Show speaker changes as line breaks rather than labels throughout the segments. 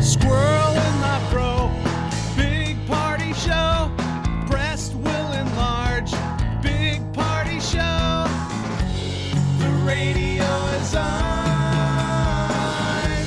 Squirrel in the fro, big party show. Breast will enlarge, big party show. The radio is on.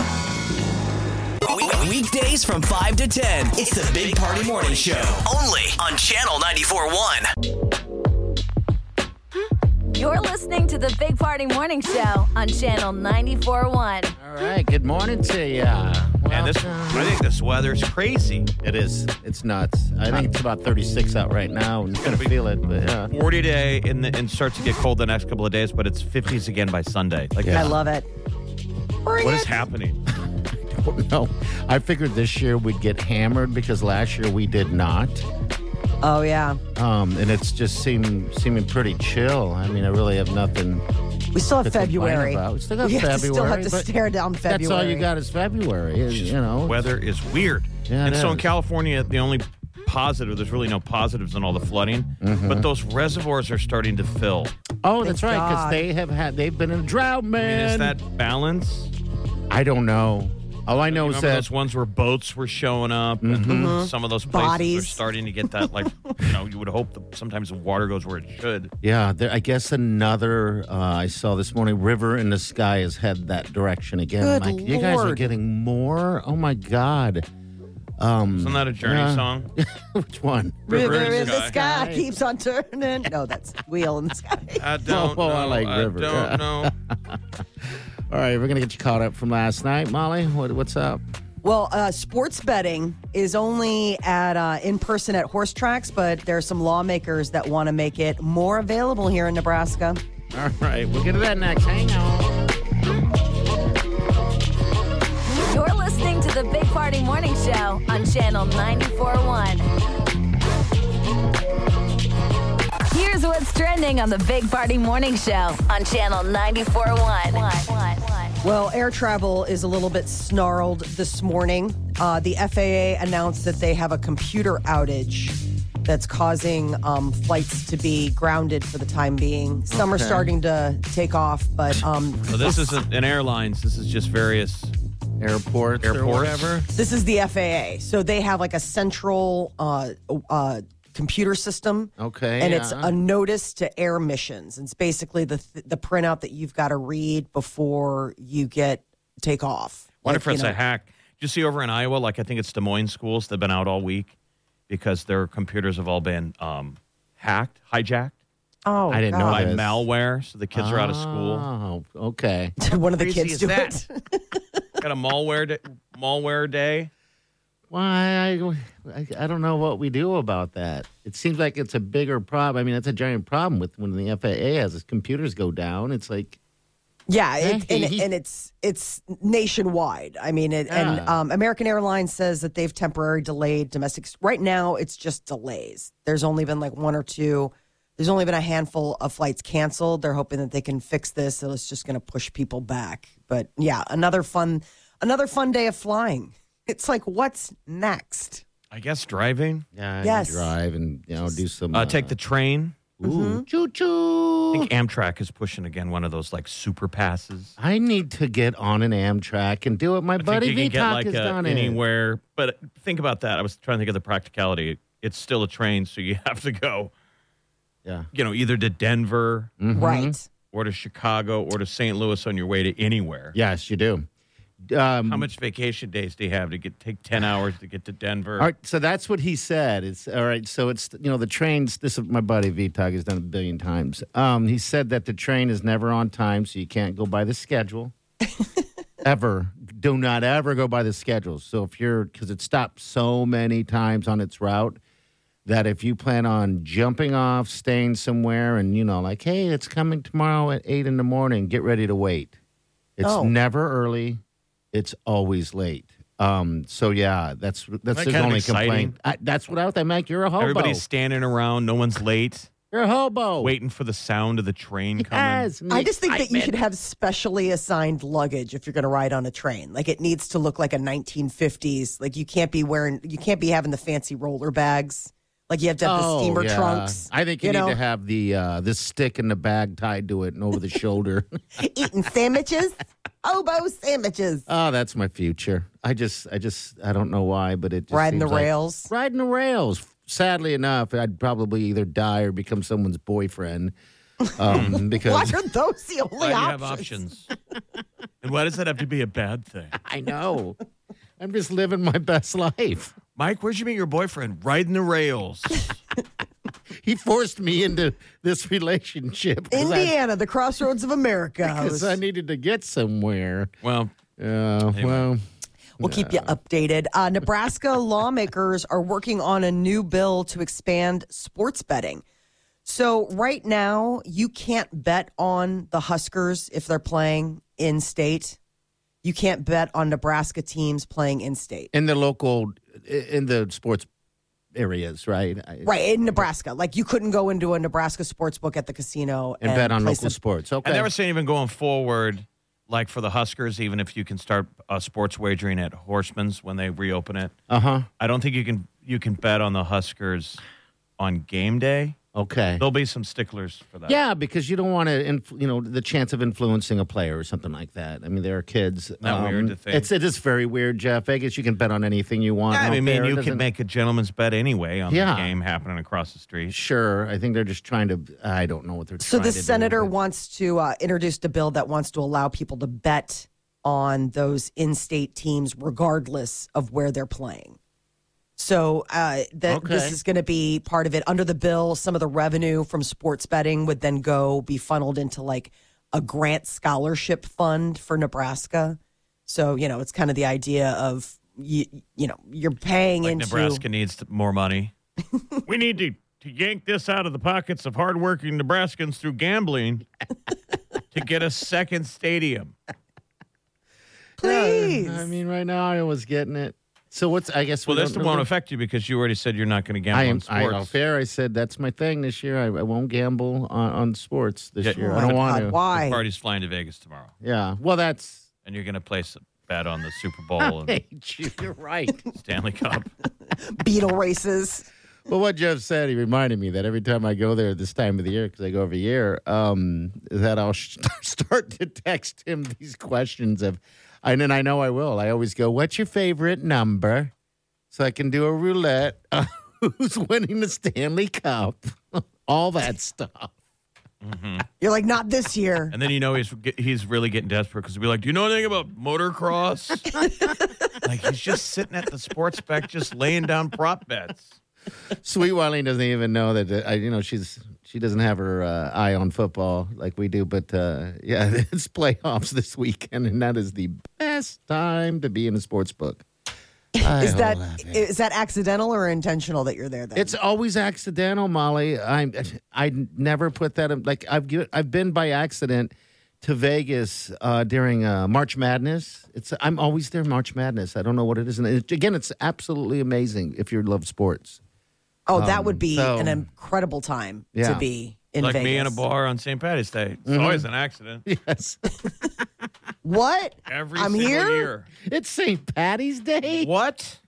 Weekdays from 5 to 10. It's the Big Party Morning Show. Only on Channel 94.1.
You're listening to the Big Party Morning Show on Channel 94.1.
All right. Good morning to you.
Man, this, I think this weather's crazy.
it is. It's nuts. I think it's about 36 out right now. and You're gonna feel it, but yeah.
40 day in the, and starts to get cold the next couple of days, but it's 50s again by Sunday. Like,
Yeah.
I love it.
what is happening?
No, I figured this year we'd get hammered because last year we did not,
Oh yeah.
um, and it's just seem seeming pretty chill. I mean, I really have nothing.
We still
to
have
complain
February.
about. We still got
We have to
February.
still have to
but
stare down February.
That's all you got is February. is, you know,
Weather is weird.
Yeah, it
and so in
is.
California, the only positive, there's really no positives in all the flooding,
Mm-hmm.
but those reservoirs are starting to fill.
Oh, that's right, because
God.
they have had they've been in a drought,
I mean,
man.
is that balance?
I don't know. All I know is
Remember
that
those ones where boats were showing up, and
Mm-hmm.
some of
Uh-huh.
those places are
Bodies.
starting to get that. Like, you know, you would hope that sometimes the water goes where it should.
Yeah, there, I guess another uh, I saw this morning. River in the sky is head that direction again.
Good
I'm like, you guys are
Lord.
getting more. Oh my god,
Isn't that a Journey
yeah.
song?
which one?
River,
River in the
in the
sky.
sky keeps on turning. No, that's wheel in the sky.
I don't
oh,
know.
I like River.
don't know.
All right, we're gonna get you caught up from last night, Molly. What, what's up?
Well, uh, sports betting is only at uh, in person at horse tracks, but there are some lawmakers that want to make it more available here in Nebraska.
All right, we'll get to that next. Hang on.
You're listening to the Big Party Morning Show on Channel 94.1. Here's what's trending on the Big Party Morning Show on Channel 94.1.
Well, air travel is a little bit snarled this morning. Uh, the FAA announced that they have a computer outage that's causing um, flights to be grounded for the time being. Some are starting to take off, but um,
So this isn't an airlines. This is just various
Airports, or
Airports.
whatever.
this is the FAA. So they have like a central uh, uh, computer system.
Okay,
And it's
yeah.
a notice to air missions. It's basically the, th- the printout that you've got to read before you get takeoff.
What
Like,
if it's
you know-
a hack? Did you see over in Iowa, like I think it's Des Moines schools, they've been out all week because their computers have all been um, hacked, hijacked
Oh,
I didn't know
by
this.
malware. So the kids are out of
Oh,
school.
okay.
one of the
Crazy
kids
is
do
that?
it.
Got a malware day, malware day.
Why? I, I, I don't know what we do about that. It seems like it's a bigger problem. I mean, that's a giant problem with when the FAA has its computers go down. It's like
Yeah, it, and,
Hey.
and it's it's nationwide. I mean, it, and
Yeah.
um, American Airlines says that they've temporarily delayed domestic. Right now, it's just delays. There's only been like one or two. There's only been a handful of flights canceled. They're hoping that they can fix this. So it's just going to push people back. But yeah, another fun, another fun day of flying. It's like what's next?
I guess driving.
Yeah, and
Yes.
drive and you know do some.
Uh, take the train.
ooh, choo
I
choo.
think Amtrak is pushing again one of those like super passes.
I need to get on an Amtrak and do it. My
I
buddy
think you
V
can get
Talk
like
has
a
done it.
anywhere. But think about that. I was trying to think of the practicality. it's still a train, so you have to go,
Yeah. Mm.
you know, either to Denver
Right.
or to Chicago or to St. Louis on your way to anywhere.
Yes, you do. Um,
How much vacation days do you have to get take ten hours to get to Denver?
All right, so that's what he said. It's all right. So it's you know the trains. This is my buddy VTog has done a billion times. Um, he said that the train is never on time, so you can't go by the schedule. ever do not ever go by the schedule. So if you're because it stops so many times on its route that if you plan on jumping off, staying somewhere, and you know like hey, it's coming tomorrow at eight in the morning, get ready to wait. It's
Oh.
never early. It's always late. Um, so yeah, that's that's
that
his
kind of
only
exciting?
complaint. I, that's what I would Mike. You're a hobo.
Everybody's standing around, no one's late,
you're a hobo.
waiting for the sound of the train coming.
Yes, me.
I just think that you should have specially assigned luggage if you're going to ride on a train. Like it needs to look like a 1950s. Like you can't be wearing, you can't be having the fancy roller bags. Like you have to have
Oh,
the steamer
yeah.
trunks.
I think you,
you
need
know,
to have the uh, the stick in the bag tied to it and over the shoulder.
eating sandwiches, oboe sandwiches,
oh, that's my future. I just I just I don't know why, but it just
riding the
seems like-
rails.
riding the rails. Sadly enough, I'd probably either die or become someone's boyfriend. Um,
Why
because
are those the only
Why do you
options?
have options? and why does that have to be a bad thing?
I know. I'm just living my best life.
Mike, where'd you meet your boyfriend? Riding the rails.
He forced me into this relationship
Indiana, the crossroads of America.
because I, needed to get somewhere.
well,
Uh, well,
We'll keep you updated. Uh, Nebraska lawmakers are working on a new bill to expand sports betting. So, right now, you can't bet on the Huskers if they're playing in state. You can't bet on Nebraska teams playing in state.
in the local, in the sports areas, right? I,
Right, in Nebraska. Like, you couldn't go into a Nebraska sports book at the casino
And, bet on
place
local
a-
sports. Okay.
and they were saying even going forward, like for the Huskers, even if you can start uh, sports wagering at Horseman's when they reopen it,
uh huh.
I don't think you can you can bet on the Huskers on game day.
Okay.
There'll be some sticklers for that.
Yeah, because you don't want to, inf- you know, the chance of influencing a player or something like that. I mean, there are kids. um,
that weird to think?
It's it is very weird, Jeff. I guess you can bet on anything you want.
Yeah,
out
I
there.
mean,
It
you
doesn't-
can make a gentleman's bet anyway on
Yeah.
the game happening across the street.
Sure, I think they're just trying to. I don't know what they're.
So
trying
the
to do,
senator
but-
wants to uh, introduce a bill that wants to allow people to bet on those in-state teams, regardless of where they're playing. So uh, that
Okay.
this is going to be part of it. Under the bill, some of the revenue from sports betting would then go be funneled into like a grant scholarship fund for Nebraska. So you know, it's kind of the idea of you, you know you're paying
Like
into
Nebraska needs t- more money. we need to, to yank this out of the pockets of hardworking Nebraskans through gambling to get a second stadium.
please.
I mean, right now I was getting it. So what's? I guess
Well,
we
this
don't
won't
really-
affect you because you already said you're not going to gamble
I
on
am. I
sports.
am fair. I said that's my thing this year. I, I won't gamble on, on sports this
Yeah,
year. I
Oh my
don't
God,
want to.
The
why?
party's flying to Vegas tomorrow,
Yeah. Well, that's.
and you're going to place a bet on the Super Bowl and
Hey, you're right.
Stanley Cup.
Beetle races.
Well, what Jeff said, he reminded me that every time I go there this time of the year, because I go every year, um, that I'll sh- start to text him these questions of, and then I know I will. I always go, "What's your favorite number?" So I can do a roulette. of who's winning the Stanley Cup? All that stuff.
You're like not this year.
And then you know he's he's really getting desperate because he'll be like, "Do you know anything about motocross?" like he's just sitting at the sports back, just laying down prop bets.
Sweet Wileen doesn't even know that uh, I, you know, she's she doesn't have her uh, eye on football like we do. But uh, yeah, it's playoffs this weekend, and that is the best time to be in a sports book. I
Is that
love it.
is that accidental or intentional that you're there? Then
It's always accidental, Molly. I I never put that in, like I've given- I've been by accident to Vegas uh, during uh, March Madness. It's I'm always there March Madness. I don't know what it is, and it, again, it's absolutely amazing if you love sports.
oh, that would be
um, so-
an incredible time
Yeah.
to be in
like
Vegas. Mm-hmm.
me in a bar on St. Patty's Day. It's always an accident.
Yes,
What?
Every
I'm
single
here.
year.
it's St. Patty's Day.
What?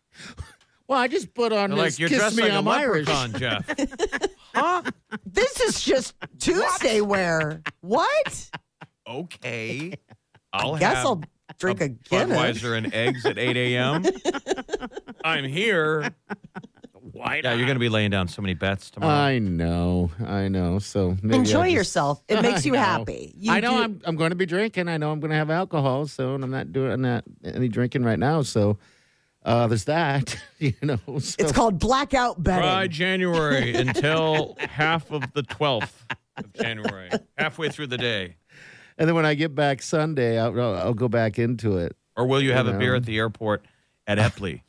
Well, I just put on
They're
this
like you're
"Kiss
dressed
Me,
like
I'm
a
Irish."
leprechaun, Jeff.
This is just Tuesday wear. What?
okay, I'll
Guess
have
I'll drink
a
a Guinness.
Budweiser and eggs at 8 a.m. I'm here.
Why
Yeah, you're going to be laying down so many bets tomorrow.
I know, I know. So maybe
Enjoy
I just-
yourself. It makes you
I know.
happy. You
I know
do-
I'm I'm going to be drinking. I know I'm going to have alcohol soon. I'm not doing I'm not any drinking right now. So uh, there's that. You know, so
It's called blackout betting.
Try January until half of the 12th of January, halfway through the day.
And then when I get back Sunday, I'll, I'll I'll go back into it.
Or will you have a
know.
beer at the airport at Epley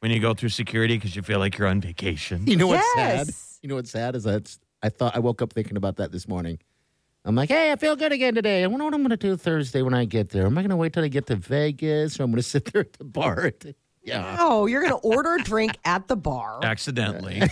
when you go through security because you feel like you're on vacation?
You know what's sad?
Yes.
You know what's sad is that's I thought I woke up thinking about that this morning. I'm like, hey, I feel good again today. I wonder what I'm going to do Thursday when I get there. Am I going to wait till I get to Vegas, or I'm going to sit there at the bar? at the- yeah,
Oh, you're going to order a drink at the bar.
Accidentally.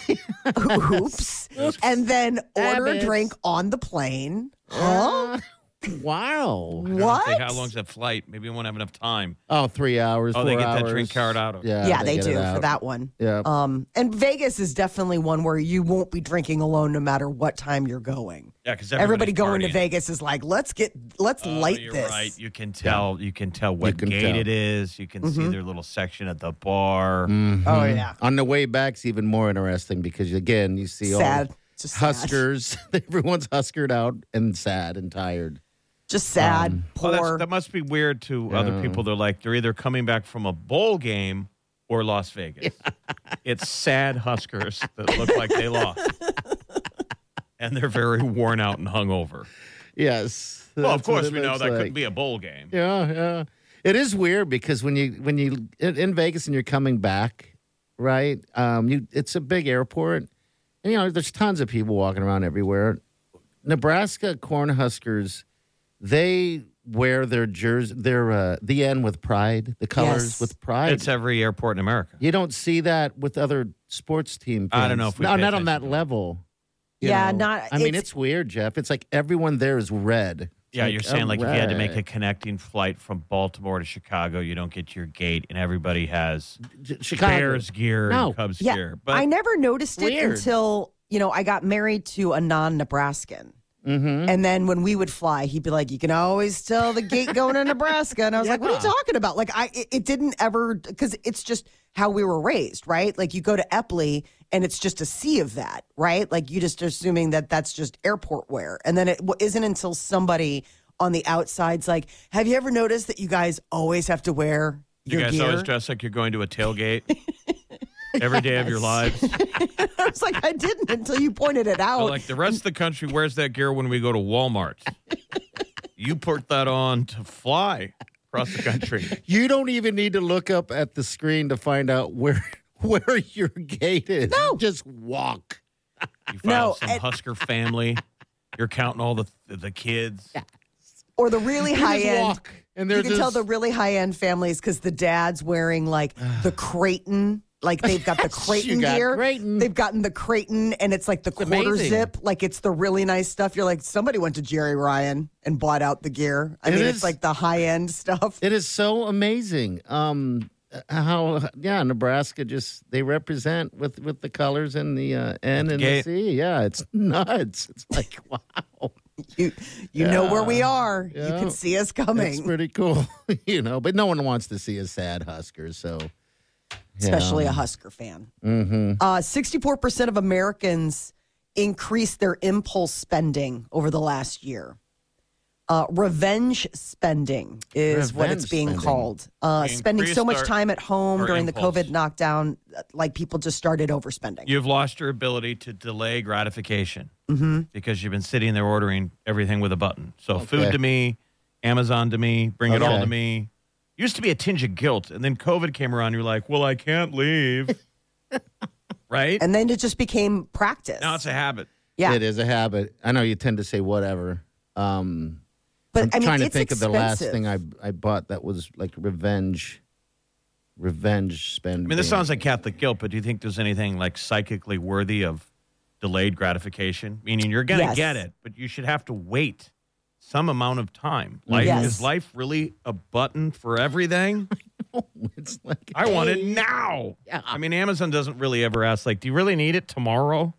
Oops. and then order a
Habits.
drink on the plane. Huh?
wow.
What?
Say, how long's that flight? Maybe we won't have enough time.
Oh, three hours.
Oh, they
four
get that drink
hours.
carried out of-
Yeah,
Yeah, they,
get it
do for
out.
that one.
Yeah.
Um, and Vegas is definitely one where you won't be drinking alone no matter what time you're going.
Yeah, because
Everybody going to Vegas is like, let's get, let's light
Oh, you're
this.
right. You can tell. You can tell what
can
gate
tell.
it is. You can
Mm-hmm.
see their little section at the bar.
Mm. Mm-hmm.
Oh, yeah.
On the way back, it's even more interesting because again, you see all
Sad.
the
Just sad.
Huskers. Everyone's huskered out and sad and tired.
Just sad.
Um,
Well,
poor.
that's- that must be weird to other people. They're like they're either coming back from a bowl game or Las Vegas. it's sad Huskers that look like they lost, and they're very worn out and hungover.
Yes.
Well, of
that's what
course
it
we know
looks
that
like.
could be a bowl game.
Yeah, yeah. It is weird because when you when you in in Vegas and you're coming back, right? Um, you it's a big airport, and you know there's tons of people walking around everywhere. Nebraska Cornhuskers, they wear their jersey, their uh, the N with pride, the colors
Yes.
with pride.
It's every airport in America.
you don't see that with other sports team.
I don't
fans.
know if we
no,
pay
not on that
attention.
level. you
Yeah,
know?
not-
I mean,
it's-
it's, weird, Jeff. It's like everyone there is red. It's
Yeah, you're saying like if you had to make
alright.
a connecting flight from Baltimore to Chicago, you don't get your gate, and everybody has
J- Chicago.
Bears gear
No.
and Cubs
yeah.
gear. But
I never noticed it
Weird.
until, you know, I got married to a non Nebraskan. Mm-hmm. And then when we would fly, he'd be like, "You can always tell the gate going to Nebraska," and I was like, "What are you talking about?" Like, I it, it didn't ever because it's just how we were raised, right? Like, you go to Epley and it's just a sea of that, right? Like, you just assuming that that's just airport wear, and then it w- isn't until somebody on the outside's like, "Have you ever noticed that you guys always have to wear
you
your
guys
gear?"
always dress like you're going to a tailgate every day of your lives.
I was like, "I didn't until you pointed it out."
But, like the rest of the country wears that gear when we go to Walmart. you put that on to fly across the country.
You don't even need to look up at the screen to find out where where your gate is. No. Just walk.
You file
No,
some
and-
Husker family. You're counting all the the kids.
or the really
You
high
just
end.
walk. And
You
there's
can tell the really high end families because the dad's wearing like the Creighton, like they've got the Creighton
got
gear.
Creighton.
They've gotten the Creighton, and it's like the quarter
amazing.
zip, like it's the really nice stuff. You're like somebody went to Jerry Ryan and bought out the gear. I
It
mean,
is-
it's like the high end stuff.
It is so amazing. Um how yeah, Nebraska just they represent with with the colors and the uh, N and
gate.
the C. Yeah, it's nuts. It's like wow.
you you know where we are. You
Yeah.
can see
It's
us coming,
pretty cool, you know, but no one wants to see a sad Husker, so
especially a Husker fan.
Mm-hmm.
Uh, 64% of Americans increased their impulse spending over the last year. Uh, revenge spending is what
Revenge
it's being
spending.
called. Uh,
We
spending so
increased
much
our-
time at home
our
during
impulse.
the COVID knockdown, uh, like people just started overspending.
You've lost your ability to delay gratification
Mm-hmm.
because you've been sitting there ordering everything with a button. So food
Okay.
to me, Amazon to me, bring it all
Okay.
to me. Used to be a tinge of guilt, and then COVID came around. You're like, well, I can't leave, right?
and then it just became practice.
now it's a habit.
yeah,
it is a habit. I know you tend to say whatever. Um
but
I'm
I mean,
trying to
it's
think of the last
expensive.
thing I I bought that was like revenge, revenge spending.
I mean, this sounds like Catholic guilt, but do you think there's anything like psychically worthy of delayed gratification? Meaning you're going to
Yes.
get it, but you should have to wait some amount of time. Life
Mm-hmm. Yes.
is life really a button for everything?
it's like
I want it now. I mean, Amazon doesn't really ever ask like, "Do you really need it tomorrow?"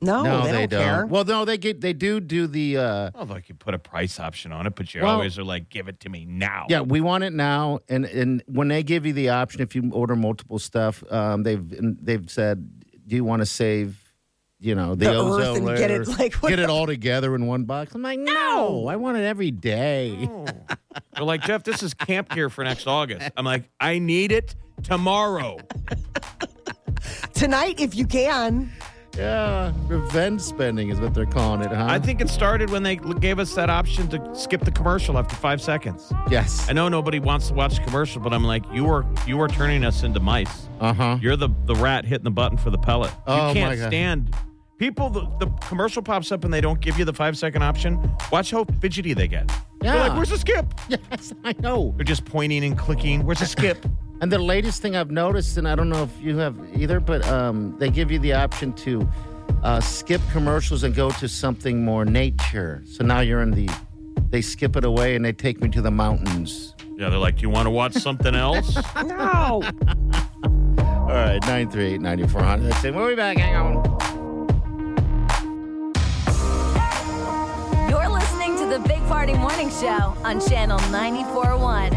No, they, don't, care.
Well, no, they get they do do the uh,
Well, like you put a price option on it, but you
Well-
always are like, "Give it to me now."
yeah, we want it now, and and when they give you the option, if you order multiple stuff, um, they've they've said do you want to save, you know, the,
The earth
ozone
and
layer,
get it, like, what
get it
the-
all together in one box? I'm like, no, I want it every day.
They're like, Jeff, this is camp gear for next August. I'm like, I need it tomorrow.
Tonight, if you can.
Yeah, revenge spending is what they're calling it, huh?
I think it started when they l- gave us that option to skip the commercial after five seconds.
yes.
I know nobody wants to watch the commercial, but I'm like, you are you are turning us into mice.
Uh huh.
You're the the rat hitting the button for the pellet.
Oh,
you can't
my God.
stand people. The, the commercial pops up and they don't give you the five second option. Watch how fidgety they get. They're like,
Yeah.
"Where's the skip?"
Yes, I know.
They're just pointing and clicking. Where's the skip?
And the latest thing I've noticed, and I don't know if you have either, but um, they give you the option to uh, skip commercials and go to something more nature. So now you're in the, they skip it away and they take me to the mountains.
yeah, they're like, "Do you want to watch something else?"
No.
All right, 938 9400. That's it. We'll be back. Hang on.
You're listening to the Big Party Morning Show on Channel 941.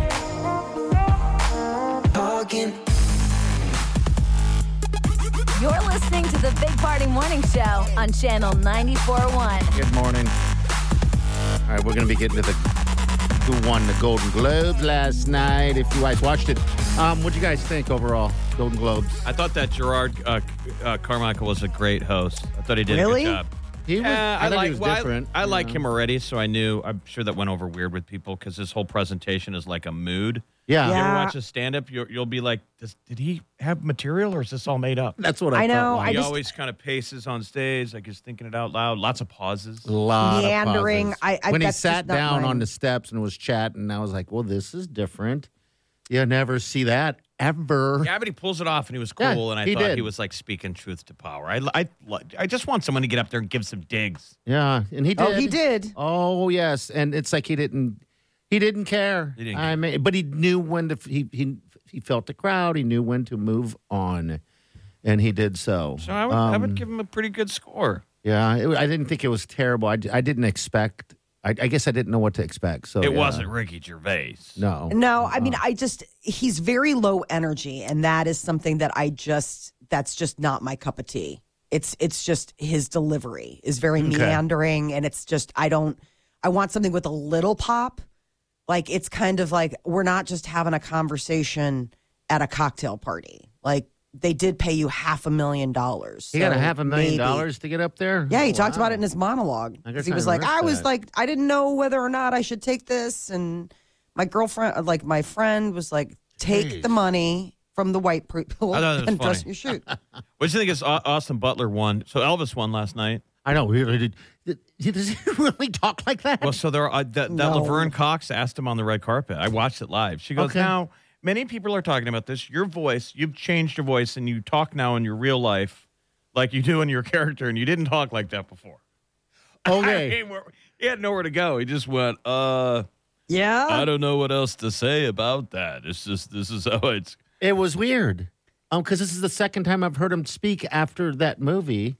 You're listening to the Big Party Morning Show on Channel 941.
Good morning. All right, we're going to be getting to the who won the Golden Globes last night. If you guys watched it, um, what do you guys think overall? Golden Globes.
I thought that Gerard uh, uh, Carmichael was a great host. I thought he did
Really?
a good job.
He was,
Yeah,
I, thought
like,
he was
well, Uh, I-
different.
I,
you
like
know.
him already, so I knew. I'm sure that went over weird with people because this whole presentation is like a mood.
Yeah.
You
Yeah.
ever watch a stand up, you'll be like, Does, did he have material or is this all made up?
That's what I,
I know,
Felt like.
I
he
just-
always kind of paces on stage, like he's thinking it out loud. Lots of pauses.
A lot
Meandering.
Of pauses.
I- I-
when he
that's just
sat
not
down
mine.
on the steps and was chatting, I was like, "Well, this is different. You never see that ever."
Yeah, but he pulls it off and he was cool,
Yeah,
and I
he
thought
did.
he was like speaking truth to power. I, I, I just want someone to get up there and give some digs.
Yeah, and he did.
Oh, he did.
Oh yes, and it's like he didn't. He didn't care.
He didn't
I mean, but he knew when to. He he he felt the crowd. He knew when to move on, and he did so.
So I would, I
Um,
would give him a pretty good score.
Yeah, it, I didn't think it was terrible. I, d- I didn't expect. I, I guess I didn't know what to expect. So
It
yeah.
wasn't Ricky Gervais.
No.
No, I mean, I just, he's very low energy. And that is something that I just, that's just not my cup of tea. It's, it's just his delivery is very meandering. And it's just, I don't, I want something with a little pop. Like, it's kind of like, we're not just having a conversation at a cocktail party. Like, they did pay you half a million dollars.
He got a
so
half a million
maybe-
dollars to get up there.
Yeah, he
Oh,
talked
wow.
about it in his monologue.
I
'Cause
guess
he
I
was like, I
missed
was
that.
like, I didn't know whether or not I should take this, and my girlfriend, uh, like my friend, was like, take the money from the white people
I thought that was
and dress
funny.
your shoot.
What do you think is Au- Austin Butler won? So Elvis won last night.
I know. He really did. Does he really talk like that?
Well, so there, uh, that, that
No.
Laverne Cox asked him on the red carpet. I watched it live. She goes,
Okay.
"Now, many people are talking about this. Your voice, you've changed your voice, and you talk now in your real life like you do in your character, and you didn't talk like that before." I
okay.
mean, we're- he had nowhere to go. He just went, "Uh, I
Yeah,
don't know what else to say about that. It's just this is how it's."
It was weird. Um, because this is the second time I've heard him speak after that movie.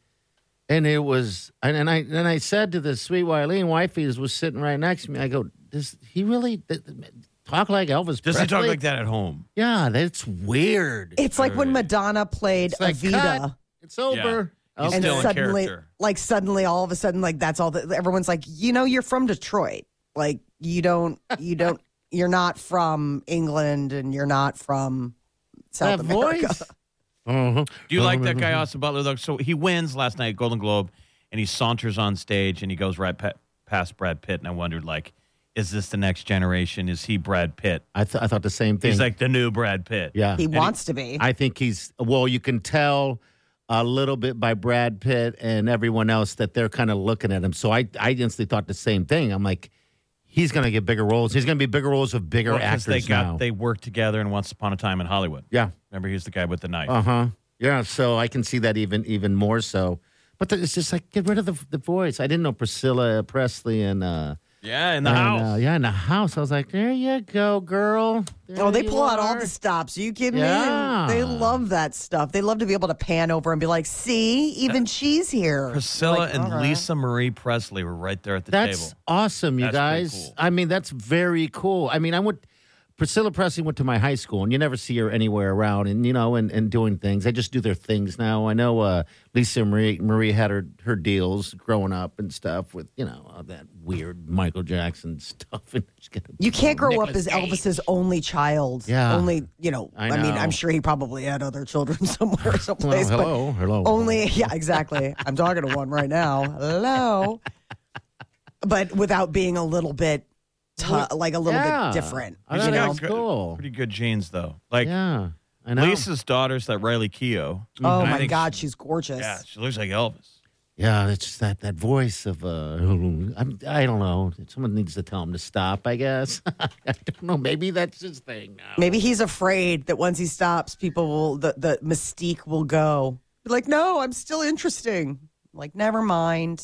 And it was and, and I and I said to the sweet Wileen wifey who was sitting right next to me, I go, Does he really th- th- talk like Elvis?
Does he talk
Presley?"
like that at home?
Yeah, that's weird.
it's like when Madonna played
It's like,
Evita,
cut. It's over. Oh,
Yeah. He's
Okay.
and
still in
suddenly,
character.
like suddenly, all of a sudden, like that's all that everyone's like, you know, you're from Detroit, like you don't, you don't, you're not from England, and you're not from South
that
America.
voice. Uh-huh.
Do you like that guy, Austin Butler? Though, so he wins last night at Golden Globe, and he saunters on stage and he goes right pa- past Brad Pitt, and I wondered, like, is this the next generation? Is he Brad Pitt?
I, th- I thought the same thing.
He's like the new Brad Pitt.
Yeah.
He wants to be.
I think he's well. You can tell a little bit by Brad Pitt and everyone else that they're kind of looking at him. So I, I instantly thought the same thing. I'm like, he's going to get bigger roles. He's going to be bigger roles with bigger
Well, 'cause
actors
they got
now.
they worked together in Once Upon a Time in Hollywood.
yeah.
Remember, he was the guy with the knife.
Uh huh. Yeah. So I can see that even even more so. But the, it's just like get rid of the the voice. I didn't know Priscilla Presley and uh,
yeah, in the
and, uh,
house.
yeah, in the house. I was like, there you go, girl.
Oh,
There
they
you
pull out all
are.
the stops. Are you kidding
Yeah.
me? They love that stuff. They love to be able to pan over and be like, see, even she's here.
Priscilla
Like,
and
all right.
Lisa Marie Presley were right there at the
That's
table.
awesome, you
That's pretty
guys.
cool.
I mean, that's very cool. I mean, I would Priscilla Presley went to my high school, and you never see her anywhere around, and you know, and, and doing things. They just do their things now. I know uh, Lisa Marie Marie had her her deals growing up and stuff with you know all that weird Michael Jackson stuff. And she's gonna
You can't grow up
Nicolas
as Elvis's only child.
Yeah.
Only, you know,
I
I, mean,
know.
I'm sure he probably had other children somewhere,
Well,
someplace. but
hello, hello.
Only, yeah, exactly. I'm talking to one right now. Hello. But without being a little bit, tu- like a little
Yeah.
bit different.
I
you
thought it
know?
was cool.
Pretty good genes, though. Like
Yeah, I know. Mm-hmm.
Lisa's daughter's that Riley Keough.
Oh
And I
my
think
God,
she-
she's gorgeous.
yeah, she looks like Elvis.
Yeah, it's just that that voice of uh, I'm, I don't know. Someone needs to tell him to stop. I guess I don't know. Maybe that's his thing now.
Maybe he's afraid that once he stops, people will the, the mystique will go. Be like, no, I'm still interesting. Like, never mind.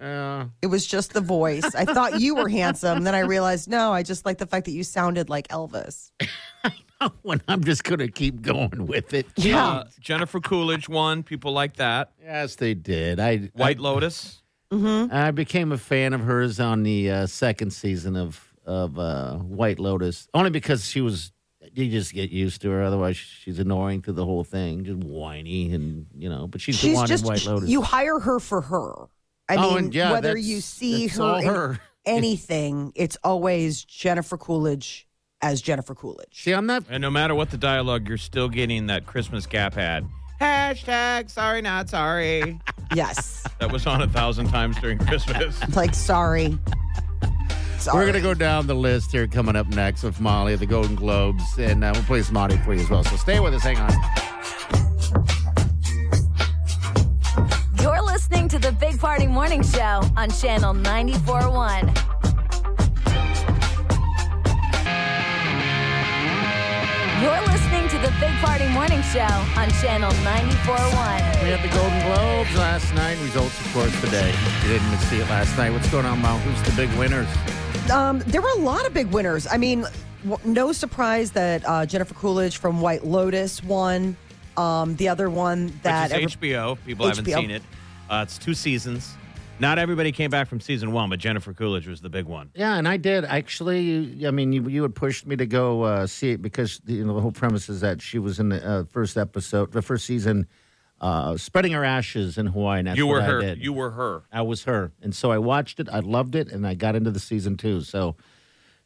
Uh,
It was just the voice. I thought you were handsome. Then I realized, no, I just like the fact that you sounded like Elvis.
when I'm just gonna keep going with it.
Yeah.
Uh, Jennifer Coolidge won. People like that.
Yes, they did. I
White Lotus.
I became a fan of hers on the uh, second season of of uh, White Lotus, only because she was. You just get used to her. Otherwise, she's annoying through the whole thing, just whiny and you know. But she's, the
She's
one
just
in White Lotus.
you hire her for her. I
Oh,
mean,
and yeah,
whether
that's-
you see
that's
her,
all
in
her.
anything, it's always Jennifer Coolidge as Jennifer Coolidge.
See, I'm not.
And no matter what the dialogue, you're still getting that Christmas Gap ad. Hashtag sorry, not sorry.
Yes,
that was on a thousand times during Christmas.
like sorry.
We're gonna go down the list here coming up next with Molly, the Golden Globes, and uh, we'll play some audio for you as well. So stay with us. Hang on.
You're listening to the Big Party Morning Show on Channel 94.1. You're listening to the Big Party Morning Show on Channel 94.1.
We had the Golden Globes last night. Results, of course, today. If you didn't see it last night, what's going on, Mom? Who's the big winners?
Um, there were a lot of big winners. I mean, w- no surprise that uh, Jennifer Coolidge from White Lotus won. Um, the other one that
Which
every-
is HBO. People haven't
HBO.
seen it. Uh, it's two seasons. Not everybody came back from season one, but Jennifer Coolidge was the big one.
Yeah, and I did actually. I mean, you you had pushed me to go uh, see it because you know the whole premise is that she was in the uh, first episode, the first season, uh, spreading her ashes in Hawaii. And that's
you were
what I
her.
did.
You were her.
I was her, and so I watched it. I loved it, and I got into the season two. So,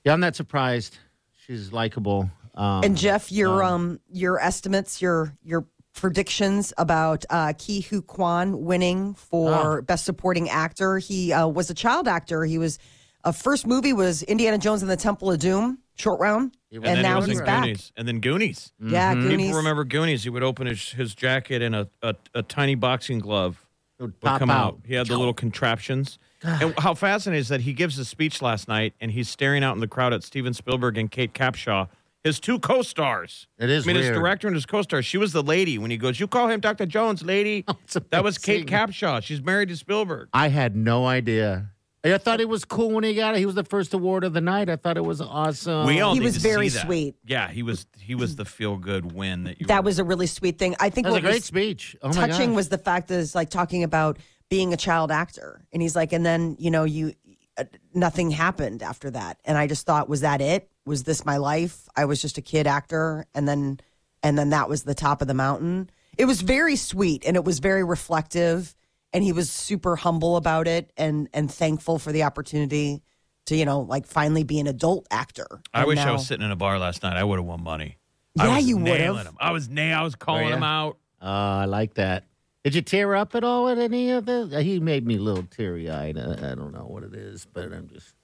yeah, I'm not surprised. She's likable. Um,
And Jeff, your um your estimates, your your predictions about uh Ki Hu Kwan winning
Ah.
for best supporting actor. He uh, was a child actor. He was uh, first movie was Indiana Jones and the Temple of Doom, short round. And,
then he
now
was in
he's back.
Goonies. And then Goonies.
Yeah, Goonies.
People remember Goonies. He would open his, his jacket and a, a, a tiny boxing glove would,
pop
come out.
out.
He had the little contraptions. And how fascinating is that he gives a speech last night and he's staring out in the crowd at Steven Spielberg and Kate Capshaw, his two co stars.
It is
I mean, his
weird.
director and his co star. She was the lady when he goes, You call him Dr. Jones, lady.
it's amazing.
that was Kate Capshaw. She's married to Spielberg.
I had no idea. I thought it was cool when he got it. He was the first award of the night. I thought it was awesome.
We all
Oh. He
need
was
to
very
see that.
sweet.
Yeah, he was he was the feel good win that you
That
were-
was a really sweet thing. I think
that was a
what
great speech. Oh my
touching
gosh.
was the fact that it's like talking about being a child actor and he's like and then you know you uh, nothing happened after that and i just thought was that it was this my life i was just a kid actor and then and then that was the top of the mountain it was very sweet and it was very reflective and he was super humble about it and and thankful for the opportunity to you know like finally be an adult actor
I
And
wish I
now-
was sitting in a bar last night. I would have won money.
Oh, Yeah,
I was
you would've.
nailing him. I was nail. I was calling
Oh, yeah?
him out.
Ah, I like that. Did you tear up at all at any of the? He made me a little teary eyed. I, I don't know what it is, but I'm just.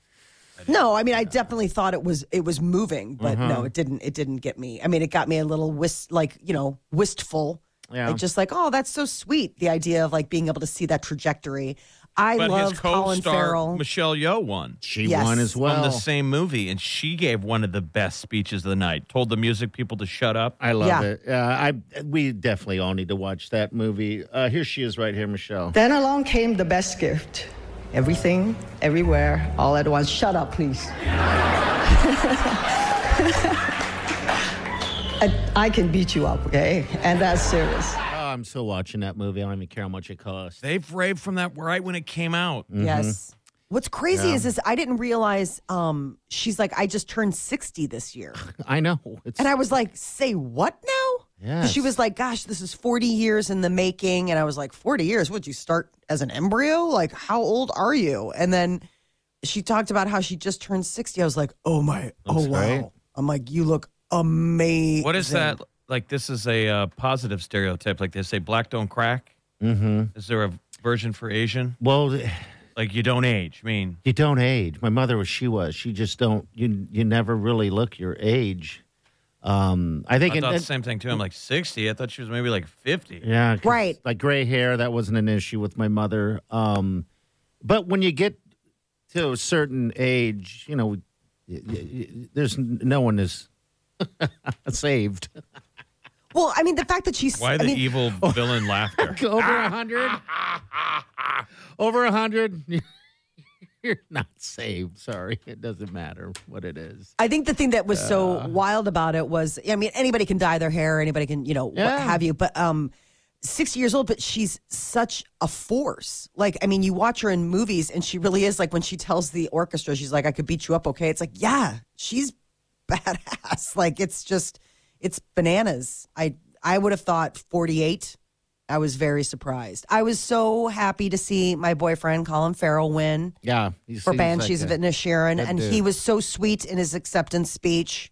No, I mean I definitely thought it was it was moving, but no, it didn't it didn't get me. I mean it got me a little wist like, you know, wistful.
Yeah.
Like just like, oh, that's so sweet. The idea of like being able to see that trajectory. I
But
love
his
Colin
co-star
Farrell.
Michelle Yeoh won
She
Yes.
won as well.
from the same movie, and she gave one of the best speeches of the night. Told the music people to shut up.
I love
Yeah.
it. Uh, I we definitely all need to watch that movie. Uh, here she is, right here, Michelle.
Then along came the best gift. Everything, everywhere, all at once. Shut up, please. I, I can beat you up, okay? And that's serious.
Oh, I'm still watching that movie. I don't even care how much it costs.
Mm-hmm.
They've raved from that right when it came out.
Yes. What's crazy is this I didn't realize um she's like I just turned 60 this year.
I know. It's,
And I was like, "Say what now?" 'Cause She
Yes.
was like, "Gosh, this is 40 years in the making." And I was like, "40 years? Would you start as an embryo? Like how old are you?" And then she talked about how she just turned 60. I was like, "Oh my. oh wow."
great.
I'm like, "You look amazing."
What is that? Like this is a uh, positive stereotype. Like they say, black don't crack. Mm-hmm. Is there a version for Asian?
well,
Like you don't age. I mean,
you don't age. My mother was she was. She just don't. You you never really look your age. Um, I think.
I
it-
thought the
it-
same thing too. I'm like 60. I thought she was maybe like 50.
Yeah, 'cause,
Right.
Like gray hair, that wasn't an issue with my mother. Um, but when you get to a certain age, you know, y- y- y- there's n- no one is saved.
Well, I mean, the fact that she's
Why
I
the
mean, oh,
evil villain laughter?
Over a hundred, over a hundred, you're not saved. Sorry, it doesn't matter what it is.
I think the thing that was so wild about it was, I mean, anybody can dye their hair, anybody can, you know, what
Yeah.
have you, but um, 60 years old, but she's such a force. Like, I mean, you watch her in movies and she really is like when she tells the orchestra, she's like, I could beat you up, okay? It's like, yeah, she's badass. Like, it's just, it's bananas. I, I would have thought 48. I was very surprised. I was so happy to see my boyfriend, Colin Farrell, win
Yeah, he
for
seems
Banshees
like
of
a-
Inna Sharon,
Good
and
dude.
he was so sweet in his acceptance speech.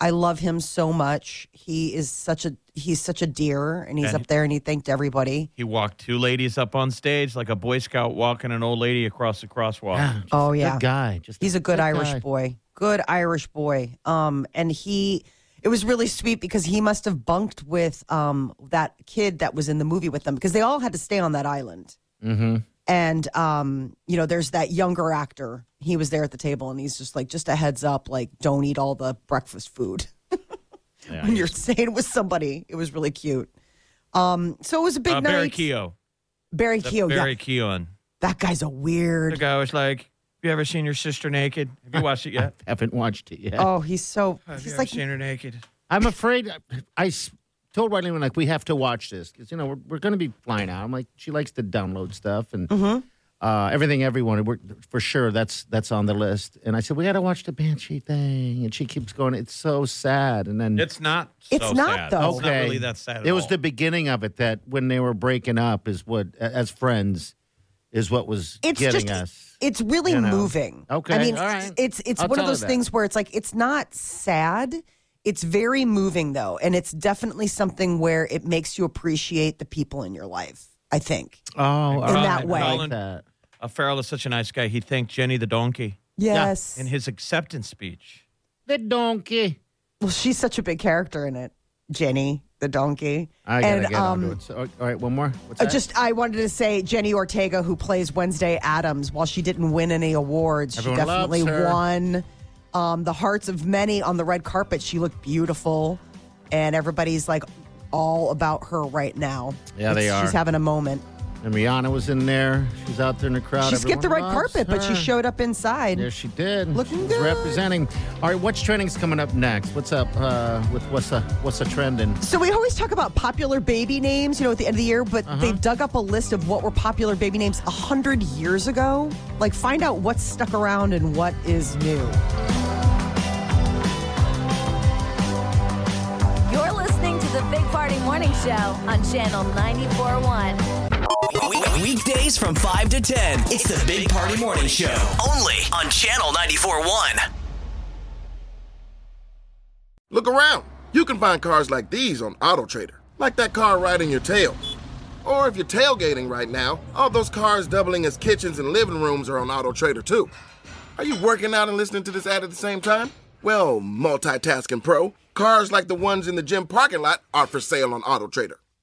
I love him so much. He is such a he's such a dear, and he's
And-
up there and he thanked everybody.
He walked two ladies up on stage like a Boy Scout walking an old lady across the crosswalk.
Yeah, just
Oh,
a
yeah.
good guy. Just
He's a good Irish
guy.
boy, good Irish boy. Um, and he it was really sweet because he must have bunked with um that kid that was in the movie with them because they all had to stay on that island.
Mm-hmm.
and um, you know, there's that younger actor. He was there at the table, and he's just like, just a heads up, like don't eat all the breakfast food when you're staying with somebody. It was really cute. Um, so it was a big
Uh,
night.
Barry Keogh.
Barry
That
Keogh,
Barry
yeah,
Keoghan.
that guy's a
The
weird.
guy was like, Have you ever seen your sister naked? Have you watched it yet?
Haven't watched it yet.
Oh, he's so
Have you
he's
ever
like
seen her naked?
I'm afraid uh, I s- told Riley like we have to watch this because you know we're, we're going to be flying out. I'm like she likes to download stuff and
Mm-hmm.
uh, everything everyone we're, for sure that's that's on the list. And I said we got to watch the Banshee thing, and she keeps going. It's so sad. And then
It's not.
It's
so
not,
sad.
though.
It's not really that sad. at
It was
all.
the beginning of it that when they were breaking up is what a- as friends is what was
it's
getting
just
us.
it's really
you know.
moving.
Okay,
I mean,
all right.
it's it's
I'll
one of
tell her
those
that.
things where it's like it's not sad. It's very moving though, and it's definitely something where it makes you appreciate the people in your life. I think.
Oh, all
in
right.
that way.
I like that.
Uh, Farrell is such a nice guy. He thanked Jenny the donkey
Yes.
in his acceptance speech.
The donkey.
Well, she's such a big character in it, Jenny the donkey.
I gotta
and um,
get onto it. So, all right, one more. What's
uh,
that?
just I wanted to say Jenny Ortega, who plays Wednesday Adams, while she didn't win any awards, she
Everyone loves
definitely
her.
won um, the hearts of many on the red carpet. She looked beautiful, and everybody's like all about her right now.
Yeah, they
She's
are.
having a moment.
And Rihanna was in there. She's out there in the crowd.
She skipped the red
Everyone loves
carpet, but she
her.
showed up inside.
Yes, she did.
Looking
She's
good.
Representing. All right, what's trending's coming up next? What's up uh, with what's a what's a trending?
So we always talk about popular baby names, you know, at the end of the year,
Uh-huh.
but they've dug up a list of what were popular baby names 100 years ago. Like, find out what's stuck around and what is new.
You're listening to the Big Party Morning Show on Channel 94.1.
Weekdays from 5 to 10. It's the Big Party Morning Show. Only on Channel 94.1.
Look around. You can find cars like these on AutoTrader, like that car riding your tail. Or if you're tailgating right now, all those cars doubling as kitchens and living rooms are on AutoTrader too. Are you working out and listening to this ad at the same time? Well, multitasking pro, cars like the ones in the gym parking lot are for sale on AutoTrader.